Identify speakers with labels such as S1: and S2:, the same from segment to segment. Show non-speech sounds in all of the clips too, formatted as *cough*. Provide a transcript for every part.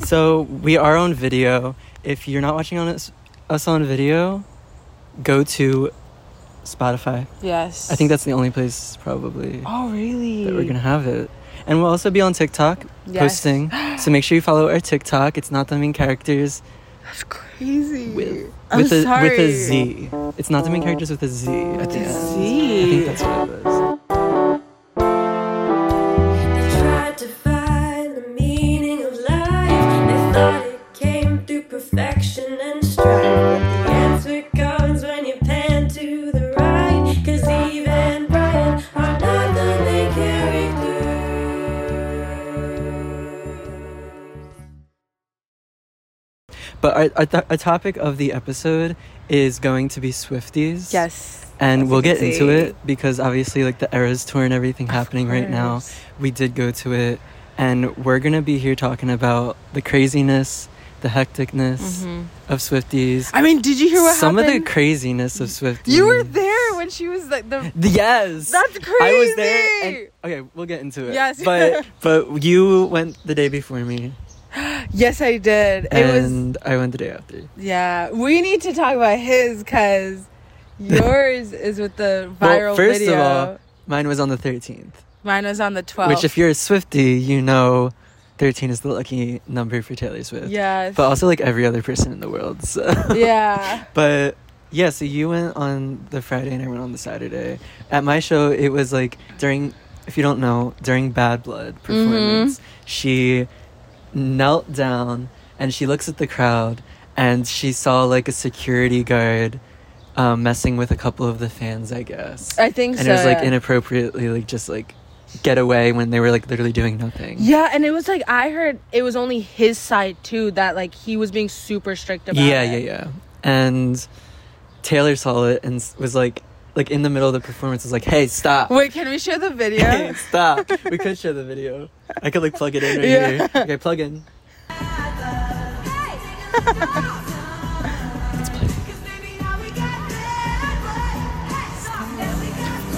S1: So we are on video. If you're not watching on us, us on video, go to Spotify.
S2: Yes.
S1: I think that's the only place probably
S2: Oh really?
S1: that we're gonna have it. And we'll also be on TikTok
S2: Yes. *gasps*
S1: posting. So make sure you follow our TikTok. It's not the main characters
S2: That's crazy.
S1: with
S2: I'm
S1: with a
S2: sorry.
S1: with a Z. It's not the main characters with a Z at the
S2: A
S1: end.
S2: Z.
S1: I think that's what it was.
S3: They tried to find the meaning of life. They thought it came through perfection and strife. But the answer comes when you pan to the right. Cause Eve and Brian are not the main characters.
S1: But our, our, th- our topic of the episode is going to be Swifties.
S2: Yes.
S1: And
S2: As
S1: we'll
S2: you can
S1: get into
S2: see.
S1: it because obviously, like the Eras tour and everything happening right now,
S2: course.
S1: we did go to it, and we're gonna be here talking about the craziness, the hecticness
S2: Mm-hmm.
S1: of Swifties.
S2: I mean, did you hear what
S1: Some of
S2: happened?
S1: the craziness of Swifties.
S2: You were there when she was like
S1: *laughs*
S2: the.
S1: The- Yes.
S2: That's
S1: I was there.
S2: crazy.
S1: and- okay, we'll get into it.
S2: Yes. *laughs*
S1: But but you went the day before me,
S2: Yes, I did. It was.
S1: and I went the day after.
S2: Yeah, we need to talk about
S1: *laughs*
S2: his because yours is with the viral
S1: well, first
S2: video.
S1: of all, mine was on the thirteenth.
S2: Mine was on the 12th.
S1: Which, if you're a Swifty, you know 13 is the lucky number for Taylor Swift.
S2: *laughs* yes.
S1: But also, *laughs* like every other person in the world. So.
S2: yeah.
S1: *laughs* but yeah, so you went on the Friday and I went on the Saturday. At my show, it was like during, if you don't know, during Bad
S2: Mm-hmm.
S1: Blood performance, she knelt down and she looks at the crowd and she saw like a security guard. Um, messing with a couple of the fans, I guess
S2: I think
S1: and
S2: so.
S1: it was like
S2: yeah.
S1: inappropriately like just like get away when they were like literally doing nothing
S2: Yeah, and it was like I heard it was only his side too that like he was being super strict about
S1: yeah
S2: it.
S1: yeah yeah and taylor saw it and s- was like like in the middle of the performance was like hey stop
S2: Wait, can we share the
S1: *laughs*
S2: video?
S1: hey stop we could show the video i could like plug it in right
S2: Yeah.
S1: here okay plug in
S2: *laughs*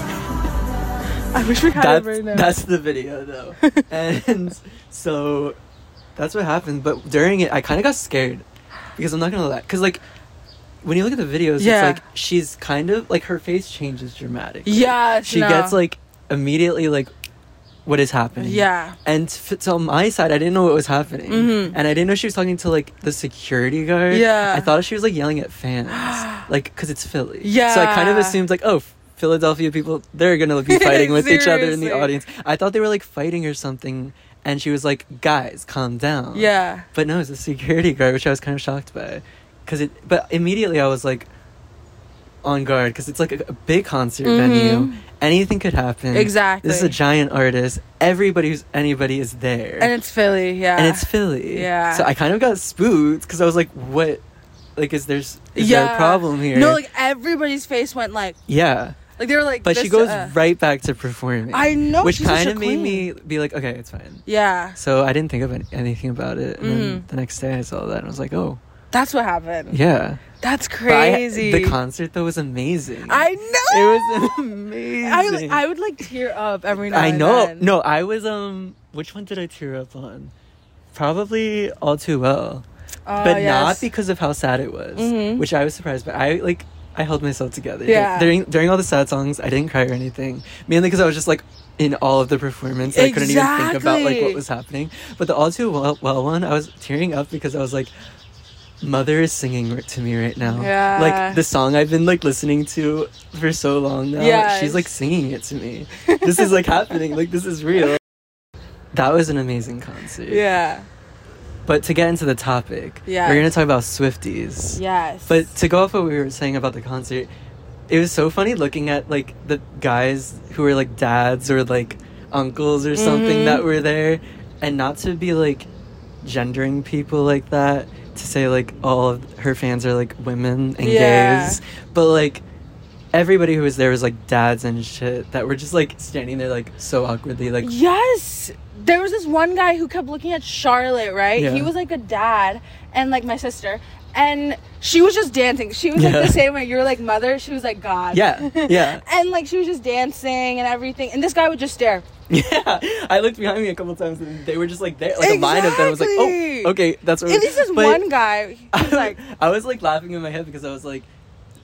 S2: I wish we had
S1: that's,
S2: it right now.
S1: that's the video
S2: *laughs*
S1: though and so that's what happened but during it i kind of got scared because i'm not gonna lie because like when you look at the videos
S2: Yeah.
S1: it's like she's kind of like her face changes dramatically
S2: yes.
S1: she
S2: no.
S1: gets like immediately like what is happening
S2: Yeah.
S1: and f- so on my side i didn't know what was happening
S2: Mhm.
S1: and i didn't know she was talking to like the security guard
S2: Yeah.
S1: i thought she was like yelling at
S2: *gasps*
S1: fans like because it's philly so i kind of
S2: Yeah.
S1: assumed like oh philadelphia people they're gonna
S2: *laughs*
S1: be fighting with each other in the
S2: Seriously.
S1: audience i thought they were like fighting or something and she was like guys calm down
S2: Yeah.
S1: but no it's a security guard which i was kind of shocked by because it but immediately i was like on guard because it's like a, a big concert venue anything could happen
S2: Mm-hmm. Exactly.
S1: this is a giant artist everybody who's anybody is there
S2: And it's Philly, yeah.
S1: And it's philly
S2: Yeah.
S1: so i kind of got spooked because i was like what like is there s- is there a problem here
S2: No, like everybody's face went like
S1: yeah
S2: like they were like
S1: but she
S2: this,
S1: goes
S2: uh,
S1: right back to performing
S2: I know,
S1: which
S2: she's such
S1: kind
S2: a
S1: of made me be like okay it's fine
S2: Yeah.
S1: so i didn't think of an- anything about it and then
S2: Mhm.
S1: the next day i saw that and i was like oh
S2: That's what happened.
S1: yeah
S2: That's
S1: But I-
S2: crazy.
S1: the concert though was amazing.
S2: *gasps* I know.
S1: It was amazing.
S2: I, like, I would like tear up every now
S1: I
S2: and
S1: know.
S2: then.
S1: No, I was um. Which one did I tear up on? Probably all too well,
S2: Oh,
S1: but not
S2: yes.
S1: because of how sad it was,
S2: Mhm.
S1: which I was surprised by. I like I held myself together.
S2: Yeah.
S1: During during all the sad songs, I didn't cry or anything, mainly because I was just like in all of the performance. and I couldn't even think about like what
S2: Exactly.
S1: was happening. But the all too well, well one, I was tearing up because I was like. Mother is singing r- to me right now.
S2: Yeah.
S1: Like the song I've been like listening to for so long now.
S2: Yes.
S1: She's like singing it to me. This is like happening. Like this is real.
S2: *laughs*
S1: That was an amazing concert.
S2: Yeah.
S1: But to get into the topic,
S2: Yeah.
S1: we're gonna talk about Swifties.
S2: Yes.
S1: But to go off what we were saying about the concert, it was so funny looking at like the guys who were like dads or like uncles or something
S2: Mhm.
S1: that were there, and not to be like gendering people like that to say like all of her fans are like women and
S2: Yeah.
S1: gays, but like everybody who was there was like dads and shit that were just like standing there like so awkwardly like
S2: Yes. There was this one guy who kept looking at Charlotte, right?
S1: Yeah.
S2: He was like a dad and like my sister. and she was just dancing. She was like
S1: Yeah.
S2: the same way. You were like mother. She was like God.
S1: Yeah, yeah.
S2: *laughs* and like she was just dancing and everything. And this guy would just stare.
S1: *laughs* Yeah, I looked behind me a couple times and they were just like there, like a line of them. I was like,
S2: Exactly.
S1: oh, okay, that's what.
S2: At least this
S1: *laughs* But
S2: one guy. He
S1: I
S2: was
S1: was, *laughs*
S2: like,
S1: I was like laughing in my head because I was like,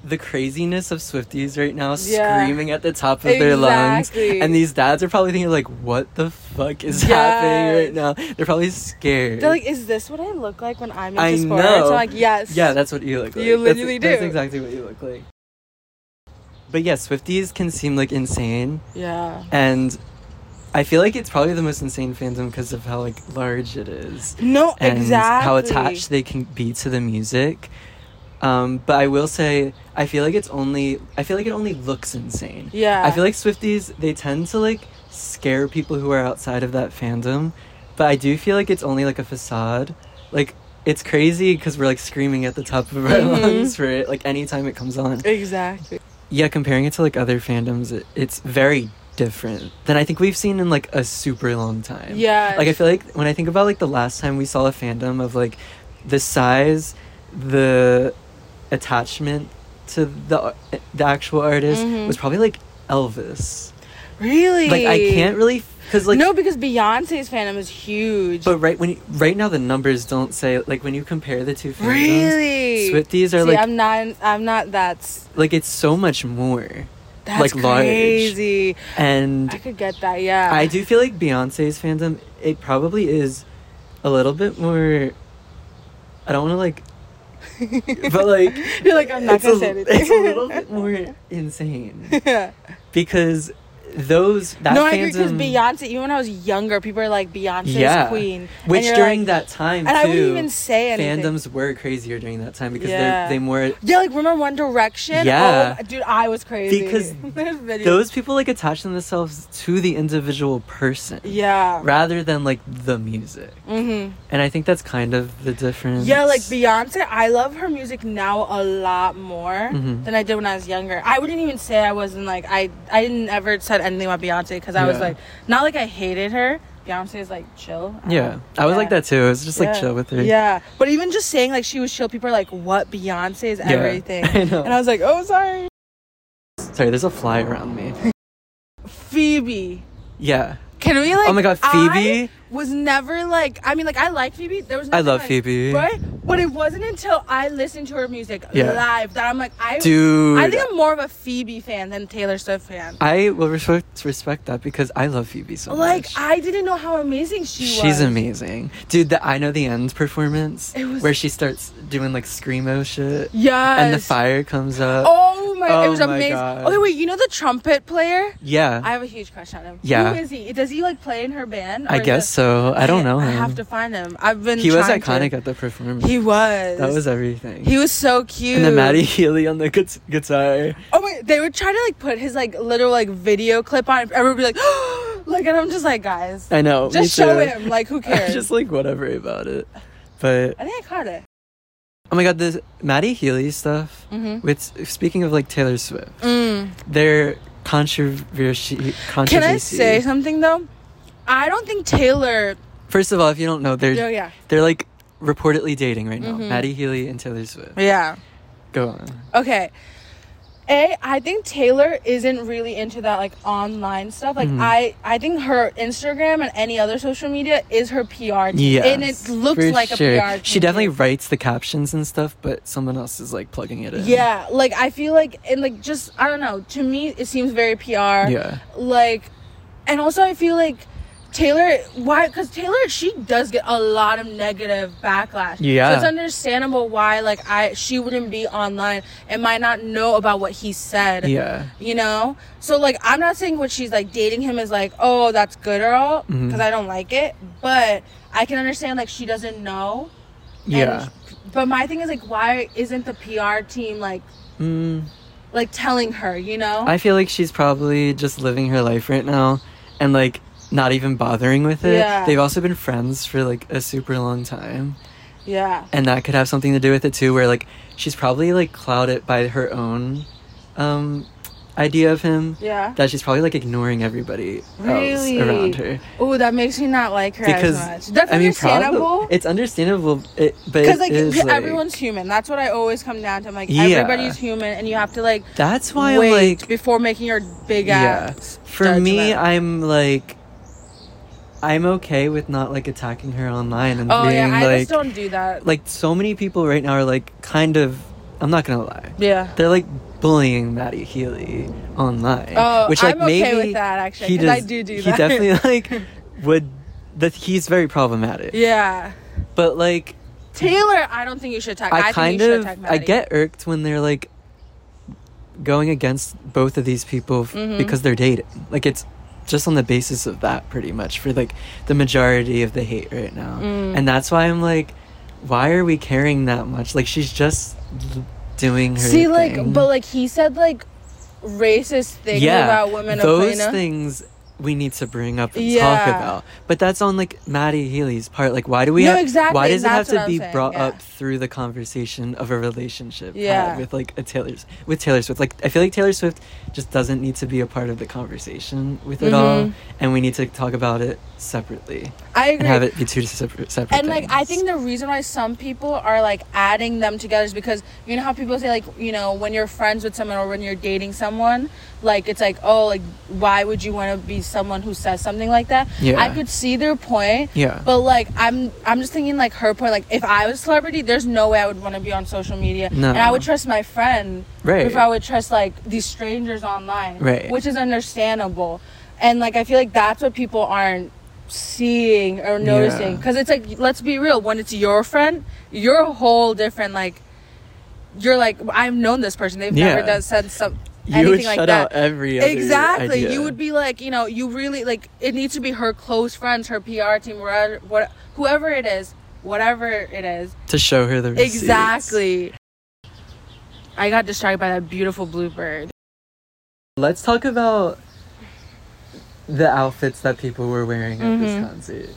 S1: the craziness of Swifties right now,
S2: Yeah.
S1: screaming at the top of their lungs,
S2: Exactly.
S1: and these dads are probably thinking like, what the fuck is happening right now? They're probably scared.
S2: they're like, is this what I look like when I'm into
S1: I
S2: sports?
S1: know.
S2: I'm like, yes.
S1: yeah, that's what you look like.
S2: You
S1: That's-
S2: literally
S1: that's,
S2: do.
S1: exactly what you look like. But yeah, Swifties can seem like insane,
S2: yeah.
S1: and I feel like it's probably the most insane fandom because of how like large it is.
S2: No,
S1: and
S2: exactly.
S1: how attached they can be to the music. Um, but I will say, I feel like it's only, I feel like it only looks insane.
S2: Yeah.
S1: I feel like Swifties, they tend to like scare people who are outside of that fandom. But I do feel like it's only like a facade. Like, it's crazy because we're like screaming at the top of our
S2: Mhm.
S1: lungs for it, like anytime it comes on.
S2: Exactly.
S1: Yeah, comparing it to like other fandoms, it, it's very different than I think we've seen in like a super long time
S2: Yeah.
S1: like i feel like when i think about like the last time we saw a fandom of like the size the attachment to the ar- the actual artist
S2: Mhm.
S1: was probably like elvis
S2: really.
S1: like i can't really because like
S2: no, because Beyonce's fandom is huge.
S1: but right when you, right now the numbers don't say like when you compare the two fandoms
S2: really.
S1: swifties are
S2: See,
S1: like
S2: I'm not. I'm not. That's
S1: like it's so much more
S2: that's
S1: Like, large.
S2: crazy.
S1: and
S2: I could get that. Yeah.
S1: I do feel like Beyonce's fandom, it probably is a little bit more. I don't want to
S2: *laughs*
S1: like. but like.
S2: *laughs* You're like, I'm not
S1: it's
S2: gonna
S1: a-
S2: say
S1: It's a little
S2: anything.
S1: bit more insane.
S2: *laughs* yeah.
S1: Because those. That
S2: no,
S1: fandom,
S2: I agree because Beyonce. Even when I was younger, people are like Beyonce's
S1: Yeah.
S2: queen.
S1: Which
S2: you're
S1: during
S2: like-
S1: that time,
S2: and I
S1: too.
S2: wouldn't even say anything.
S1: fandoms were crazier during that time because
S2: Yeah.
S1: they're, they more.
S2: Yeah, like remember One Direction?
S1: Yeah.
S2: Oh, dude, I was crazy. *laughs*
S1: Because
S2: There's videos.
S1: Those people like attach themselves to the individual person.
S2: Yeah.
S1: Rather than like the music.
S2: hmm
S1: And I think that's kind of the difference.
S2: Yeah, like Beyonce, I love her music now a lot more
S1: Mhm.
S2: than I did when I was younger. I wouldn't even say I wasn't like I I didn't ever said anything about Beyonce because I was
S1: Yeah.
S2: like not like I hated her. Beyonce is like chill. I
S1: Yeah,
S2: don't-
S1: I was like
S2: Yeah.
S1: that too. I was just like
S2: Yeah.
S1: chill with her.
S2: Yeah, but even just saying like she was chill, people are like, "What Beyonce is
S1: Yeah. *laughs*
S2: everything,"
S1: I know.
S2: and I was like, "Oh, sorry,
S1: Sorry, there's a fly around
S2: *laughs*
S1: me.
S2: Phoebe."
S1: Yeah.
S2: Can we like?
S1: oh my god,
S2: I
S1: Phoebe.
S2: was never like. I mean, like I like Phoebe. There was.
S1: I
S2: nothing,
S1: love
S2: like-
S1: Phoebe.
S2: Right, but it wasn't until I listened to her music
S1: Yeah.
S2: live that I'm like, I.
S1: Dude.
S2: I think I'm more of a Phoebe fan than Taylor Swift fan.
S1: I will respect respect that because I love Phoebe so
S2: Like
S1: much.
S2: I didn't know how amazing she was.
S1: She's amazing. Dude, the I Know the End performance
S2: It was-
S1: where she starts doing like screamo shit
S2: Yes.
S1: and the fire comes up.
S2: Oh my! it
S1: Oh
S2: was
S1: my
S2: amazing.
S1: God.
S2: Okay, wait. You know the trumpet player?
S1: Yeah.
S2: I have a huge crush on him.
S1: Yeah.
S2: Who is he? Does he like play in her band?
S1: I
S2: or is
S1: guess
S2: it-
S1: so. I don't know
S2: I
S1: him.
S2: have to find him. I've been.
S1: he was
S2: trying to-
S1: iconic at the performance.
S2: He was.
S1: that was everything.
S2: He was so cute.
S1: and then Maddie *laughs* Healy on the gu- guitar.
S2: Oh my! They would try to like put his like little like video clip on. Everyone would be like, *gasps* like, and I'm just like, guys,
S1: I know. me
S2: just show
S1: too.
S2: him. Like,
S1: *laughs*
S2: who
S1: I'm
S2: cares?
S1: just like whatever about it. But
S2: I think I caught it.
S1: oh my god, this Maddie Healy stuff.
S2: Mm-hmm.
S1: With speaking of like Taylor Swift,
S2: Mm.
S1: their controversy. controversy.
S2: Can I say something though? I don't think Taylor.
S1: First of all, if you don't know, they're
S2: Oh yeah,
S1: they're like reportedly dating right now.
S2: Mhm.
S1: Maddie Healy and Taylor Swift.
S2: yeah.
S1: Go on.
S2: Okay. A, I think Taylor isn't really into that like online stuff. Like
S1: Mhm.
S2: I, I think her Instagram and any other social media is her PR team,
S1: Yeah.
S2: and it looks like a PR. Team
S1: She definitely writes the captions and stuff, but someone else is like plugging it in.
S2: Yeah, like I feel like and like just I don't know. To me, it seems very PR.
S1: Yeah.
S2: Like, and also I feel like Taylor. Why? Because Taylor, she does get a lot of negative backlash.
S1: Yeah.
S2: So it's understandable why like I she wouldn't be online and might not know about what he said.
S1: Yeah.
S2: you know so like i'm not saying what she's like dating him is like oh that's good or all because
S1: Mhm.
S2: i don't like it but i can understand like she doesn't know and-
S1: Yeah.
S2: but my thing is like why isn't the pr team like
S1: Mm,
S2: like telling her you know
S1: I feel like she's probably just living her life right now and like not even bothering with it.
S2: Yeah.
S1: They've also been friends for like a super long time.
S2: yeah
S1: and that could have something to do with it too where like she's probably like clouded by her own um idea of him
S2: Yeah.
S1: that she's probably like ignoring everybody
S2: Really?
S1: else around her
S2: Oh, that makes me not like her
S1: because
S2: as much. That's
S1: I mean,
S2: understandable.
S1: probably, it's understandable. It, but
S2: Because
S1: it
S2: like
S1: is,
S2: y-
S1: like-
S2: everyone's human. That's what I always come down to. I'm like
S1: Yeah.
S2: everybody's human, and you have to like
S1: That's why
S2: wait
S1: I'm like
S2: before making your big
S1: yeah.
S2: ass.
S1: For me,
S2: judgment.
S1: I'm like I'm okay with not like attacking her online and
S2: oh
S1: being
S2: yeah, I
S1: like
S2: just don't do that.
S1: like so many people right now are like kind of I'm not gonna lie.
S2: yeah.
S1: They're like bullying Maddie Healy online.
S2: Oh,
S1: which like
S2: I'm okay
S1: maybe
S2: with that, actually,
S1: he
S2: 'cause I
S1: does-
S2: do do
S1: he
S2: that. *laughs*
S1: definitely like would that he's very problematic.
S2: Yeah.
S1: But like
S2: Taylor, I don't think you should attack. I,
S1: I,
S2: think
S1: kind
S2: you should
S1: of
S2: attack
S1: I
S2: Maddie.
S1: get irked when they're like going against both of these people f-
S2: Mhm.
S1: because they're dating. Like it's just on the basis of that pretty much for like the majority of the hate right now.
S2: Mm.
S1: And that's why I'm like why are we caring that much? Like she's just l- doing her
S2: See, like,
S1: thing.
S2: but like he said, like racist things
S1: yeah,
S2: about women of
S1: those
S2: China.
S1: things we need to bring up and talk
S2: Yeah.
S1: about. But that's on like Maddie Healy's part. Like, why do we?
S2: No,
S1: ha-
S2: exactly,
S1: Why does it have
S2: that's what
S1: to
S2: I'm
S1: be
S2: saying,
S1: brought
S2: yeah.
S1: up through the conversation of a relationship? had
S2: Yeah.
S1: with like a Taylor with Taylor Swift. Like, I feel like Taylor Swift just doesn't need to be a part of the conversation with it all,
S2: Mhm.
S1: and we need to talk about it separately
S2: I agree.
S1: and have it be two separate separate.
S2: and like I
S1: things.
S2: think the reason why some people are like adding them together is because you know how people say like you know when you're friends with someone or when you're dating someone like it's like oh like why would you want to be someone who says something like that
S1: Yeah.
S2: I could see their point
S1: Yeah.
S2: but like I'm I'm just thinking like her point like if I was a celebrity there's no way I would want to be on social media
S1: No.
S2: and I would trust my friend
S1: Right.
S2: if I would trust like these strangers online
S1: Right.
S2: which is understandable and like I feel like that's what people aren't seeing or noticing
S1: Yeah.
S2: because it's like let's be real when it's your friend you're a whole different like you're like i've known this person they've never
S1: Yeah.
S2: done said some
S1: you
S2: anything
S1: would
S2: like
S1: shut
S2: that
S1: out every other
S2: exactly
S1: idea.
S2: you would be like you know you really like it needs to be her close friends her pr team whatever what, whoever it is whatever it is
S1: to show her the receipts.
S2: exactly i got distracted by that beautiful bluebird
S1: Let's talk about the outfits that people were wearing at this
S2: Mhm.
S1: concert.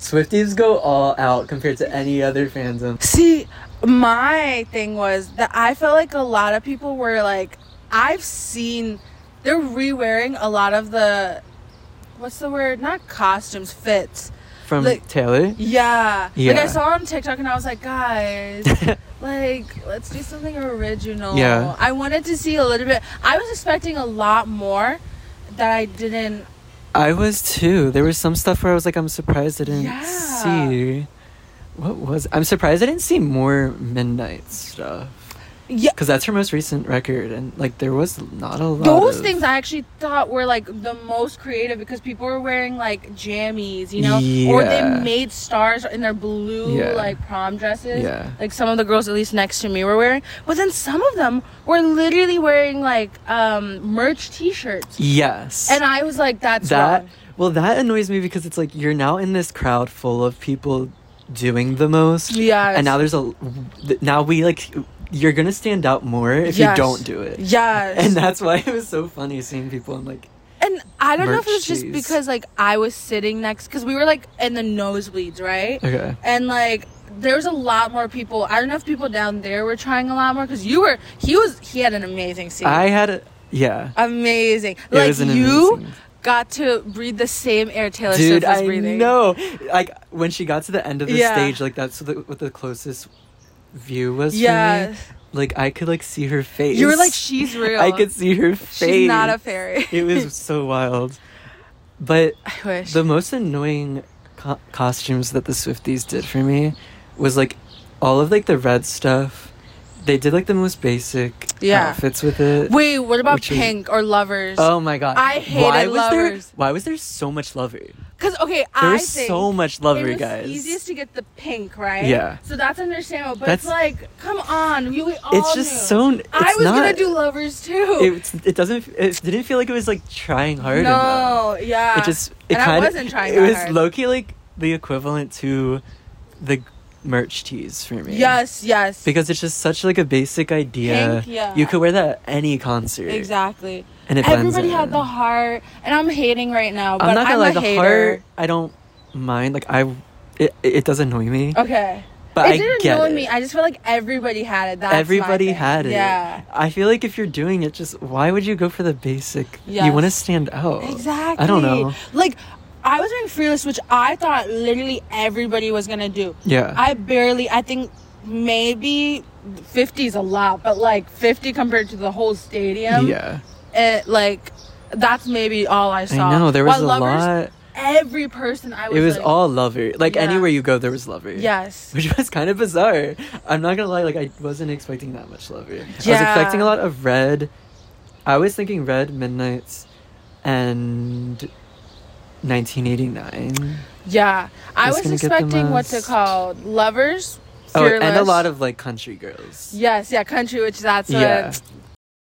S1: Swifties go all out compared to any other fandom.
S2: See, my thing was that I felt like a lot of people were like, I've seen they're re-wearing a lot of the what's the word? Not costumes, fits.
S1: From
S2: Like- *laughs*
S1: Taylor?
S2: Yeah. Like
S1: Yeah.
S2: I saw on TikTok and I was like, guys, like let's do something original.
S1: Yeah.
S2: I wanted to see a little bit. I was expecting a lot more that I didn't.
S1: I was too. There was some stuff where I was like, I'm surprised I didn't
S2: Yeah.
S1: see. What was. I'm surprised I didn't see more Midnight stuff.
S2: Yeah.
S1: Because that's her most recent record, and like, there was not a lot.
S2: Those
S1: of-
S2: things I actually thought were like the most creative because people were wearing like jammies, you know, or
S1: Yeah.
S2: they made stars in their blue
S1: Yeah.
S2: like prom dresses.
S1: Yeah.
S2: Like some of the girls, at least next to me, were wearing. But then some of them were literally wearing like um, merch T-shirts,
S1: Yes.
S2: and I was like, "That's
S1: that
S2: wrong.
S1: well that annoys me because it's like you're now in this crowd full of people doing the most
S2: Yes.
S1: and now there's a th- now we like you're gonna stand out more if
S2: Yes.
S1: you don't do it
S2: Yes,
S1: *laughs* and that's why it was so funny seeing people and like
S2: And I don't know if it was
S1: Merch
S2: just
S1: tees.
S2: because like I was sitting next because we were like in the nosebleeds, right?
S1: okay
S2: and like there was a lot more people. I don't know if people down there were trying a lot more because you were. He was. He had an amazing scene.
S1: i had a yeah
S2: amazing.
S1: It
S2: like
S1: was an
S2: you
S1: amazing-
S2: got to breathe the same air Taylor
S1: dude
S2: Swift was
S1: i
S2: breathing.
S1: know like when she got to the end of the
S2: Yeah.
S1: stage like that's the, what the closest view was for
S2: Yeah,
S1: me like i could like see her face
S2: you were like, she's
S1: *laughs*
S2: real.
S1: i could see her face
S2: She's not a fairy.
S1: it was so wild but
S2: *laughs* I wish.
S1: The most annoying co- costumes that the Swifties did for me was like all of like the red stuff. They did like the most basic
S2: Yeah.
S1: outfits with it.
S2: Wait, what about
S1: which is-
S2: pink or lovers?
S1: Oh my god!
S2: I hated
S1: why was
S2: lovers.
S1: There, why was there so much lover? There
S2: Because okay, I
S1: was
S2: think
S1: so much
S2: it
S1: lover,
S2: was
S1: guys.
S2: easiest to get the pink, right?
S1: Yeah.
S2: So that's understandable, but it's
S1: That's-
S2: like, come on, we, we all.
S1: it's just
S2: knew.
S1: so. It's
S2: I was
S1: not,
S2: gonna do lovers too.
S1: It, it doesn't. It didn't feel like it was like trying hard enough.
S2: No, yeah.
S1: It just. It
S2: Uh, and I
S1: kind
S2: wasn't trying
S1: It
S2: that
S1: was
S2: hard.
S1: low key like the equivalent to the merch tees for me.
S2: Yes, yes.
S1: because it's just such like a basic idea.
S2: Pink, yeah.
S1: You could wear that at any concert.
S2: exactly.
S1: And it blends
S2: Everybody
S1: in.
S2: had the heart, and I'm hating right now. But
S1: I'm not gonna lie,
S2: a
S1: the
S2: hater.
S1: heart I don't mind. Like I, it, it does annoy me.
S2: Okay.
S1: But
S2: Oh, it
S1: I
S2: didn't
S1: get
S2: annoy
S1: it.
S2: me. I just feel like everybody had it. That's my
S1: Everybody
S2: thing.
S1: had it.
S2: Yeah.
S1: I feel like if you're doing it, just why would you go for the basic? You want to
S2: Yes.
S1: stand out.
S2: Exactly.
S1: I don't know.
S2: Like, I was doing Fearless, which I thought literally everybody was gonna do.
S1: Yeah.
S2: I barely, I think maybe 50 is a lot, but like 50 compared to the whole stadium.
S1: yeah.
S2: It, like, that's maybe all I
S1: I
S2: saw.
S1: know. There was
S2: While
S1: a
S2: Lovers,
S1: lot.
S2: Every person I was.
S1: It was
S2: like,
S1: all lover. Like
S2: Yeah.
S1: anywhere you go, there was lover. *laughs*
S2: Yes.
S1: Which was kind of bizarre. I'm not gonna lie. Like I wasn't expecting that much lover. I was
S2: Yeah.
S1: expecting a lot of red. I was thinking red midnights, and 1989.
S2: Yeah. I
S1: It's
S2: was
S1: gonna get the
S2: expecting what's it
S1: most-
S2: called? Lovers.
S1: Oh, and a
S2: Fearless.
S1: lot of like country girls.
S2: Yes, yeah, country, which that's
S1: Yeah.
S2: what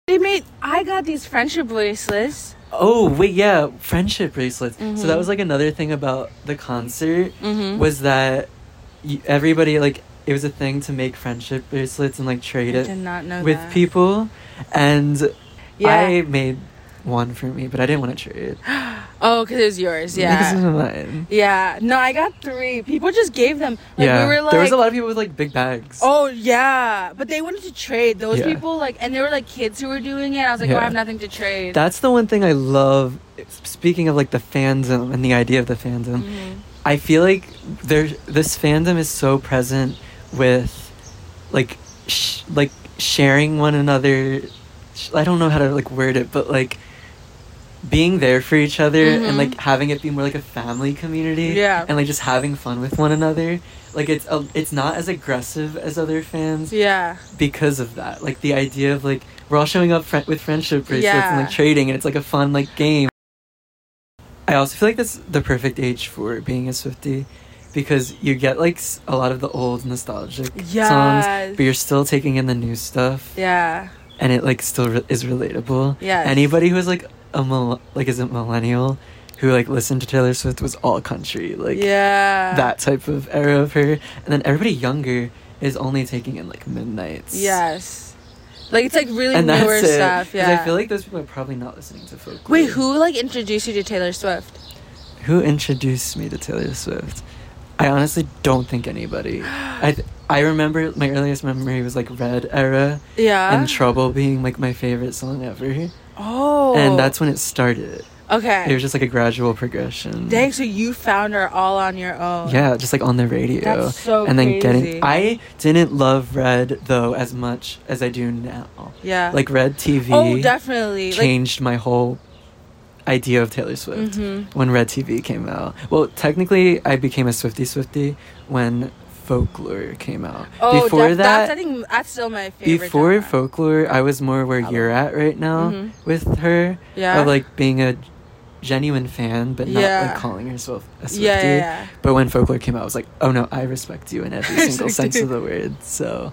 S2: they made. I got these friendship bracelets.
S1: Oh wait, yeah, friendship bracelets. So
S2: Mm-hmm.
S1: that was like another thing about the concert
S2: Mhm.
S1: was that y- everybody like it was a thing to make friendship bracelets and like trade
S2: I did
S1: it
S2: not know
S1: with
S2: that.
S1: people, and
S2: Yeah.
S1: I made one for me, but I didn't want to trade.
S2: Oh, because it was yours.
S1: This is
S2: Yeah.
S1: mine.
S2: yeah. No, I got three. People just gave them. Like,
S1: yeah,
S2: We were like,
S1: there was a lot of people with like big bags.
S2: Oh yeah, but they wanted to trade those
S1: Yeah.
S2: people like, and they were like kids who were doing it. I was like, oh,
S1: Yeah.
S2: I have nothing to trade.
S1: That's the one thing I love. Speaking of like the fandom and the idea of the fandom, I feel like there this fandom is so present with like sh- like sharing one another. Sh- I don't know how to like word it, but like being there for each other and like having it be more like a family community
S2: Yeah.
S1: and like just having fun with one another like it's a, it's not as aggressive as other fans
S2: yeah.
S1: because of that. Like the idea of like we're all showing up fri with friendship bracelets and
S2: Yeah.
S1: like trading, and it's like a fun like game. I also feel like that's the perfect age for being a Swifty because you get like s- a lot of the old nostalgic
S2: Yes.
S1: songs, but you're still taking in the new stuff,
S2: Yeah.
S1: and it like still re- is relatable.
S2: Yes.
S1: Anybody who's like a mil- like is a millennial who like listened to Taylor Swift was all country like
S2: yeah.
S1: that type of era of her, and then everybody younger is only taking in like midnights.
S2: Yes. Like it's like really
S1: and
S2: newer
S1: that's it.
S2: stuff.
S1: 'Cause
S2: Yeah.
S1: I feel like those people are probably not listening to folk.
S2: Wait,
S1: lore.
S2: who like introduced you to Taylor Swift?
S1: who introduced me to Taylor Swift? I honestly don't think anybody. *gasps* I th- I remember my earliest memory was like Red era
S2: Yeah.
S1: and Trouble being like my favorite song ever,
S2: oh.
S1: and that's when it started.
S2: okay.
S1: It was just like a gradual progression.
S2: Dang, so you found her all on your own.
S1: Yeah, just like on the radio.
S2: That's so
S1: and then
S2: crazy.
S1: getting I didn't love Red though as much as I do now.
S2: Yeah.
S1: Like Red TV.
S2: oh, definitely. Like,
S1: changed my whole idea of Taylor Swift
S2: mm-hmm.
S1: when Red TV came out. Well, technically, I became a Swifty Swifty when Folklore came out.
S2: oh,
S1: before
S2: def-
S1: that,
S2: that's, I think that's still my favorite.
S1: before
S2: genre.
S1: Folklore, I was more where you're at right now
S2: Mhm.
S1: with her.
S2: Yeah.
S1: Of like being a genuine fan, but not
S2: Yeah.
S1: like calling herself a Swifty.
S2: Yeah, yeah, yeah.
S1: But when Folklore came out, I was like, oh no, I respect you in
S2: *laughs*
S1: every single
S2: Respect
S1: sense
S2: you.
S1: of the word. So,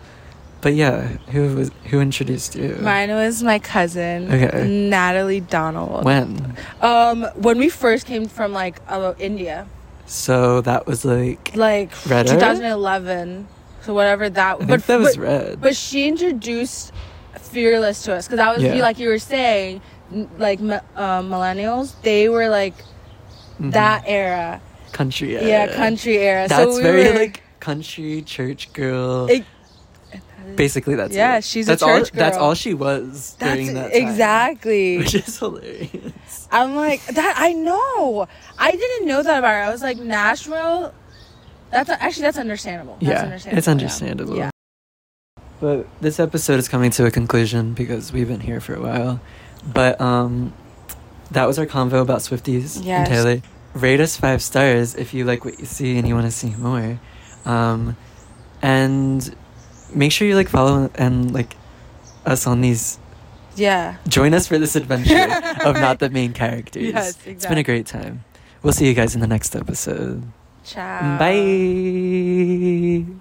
S1: but yeah, who was who introduced you?
S2: Mine was my cousin,
S1: Okay.
S2: Natalie Donald.
S1: When?
S2: Um, when we first came from like uh, India,
S1: So that was like
S2: like
S1: Red Earth?
S2: 2011, so whatever that.
S1: I
S2: but
S1: think that was
S2: but,
S1: red.
S2: But she introduced Fearless to us because that was
S1: Yeah.
S2: like you were saying, n- like mi- uh, millennials, they were like
S1: Mhm.
S2: that era.
S1: country era.
S2: Yeah, country era.
S1: That's
S2: so we
S1: very
S2: were,
S1: like country church girl.
S2: It-
S1: Basically, that's
S2: Yeah,
S1: it.
S2: she's a
S1: that's
S2: church
S1: all, That's
S2: girl.
S1: all she was during that time, *laughs*
S2: exactly.
S1: which is hilarious.
S2: I'm like that. I know. I didn't know that about her. I was like Nashville. That's actually that's understandable. That's
S1: yeah,
S2: understandable.
S1: it's understandable.
S2: Yeah.
S1: But this episode is coming to a conclusion because we've been here for a while. But um, that was our convo about Swifties and
S2: Yes.
S1: Taylor. Rate us five stars if you like what you see and you want to see more. Um, and make sure you like follow and like us on these.
S2: Yeah.
S1: Join us for this adventure of not the main characters.
S2: Yes,
S1: It's been a
S2: exactly.
S1: great
S2: Uh,
S1: time. We'll see you guys in the next episode.
S2: Ciao.
S1: Bye.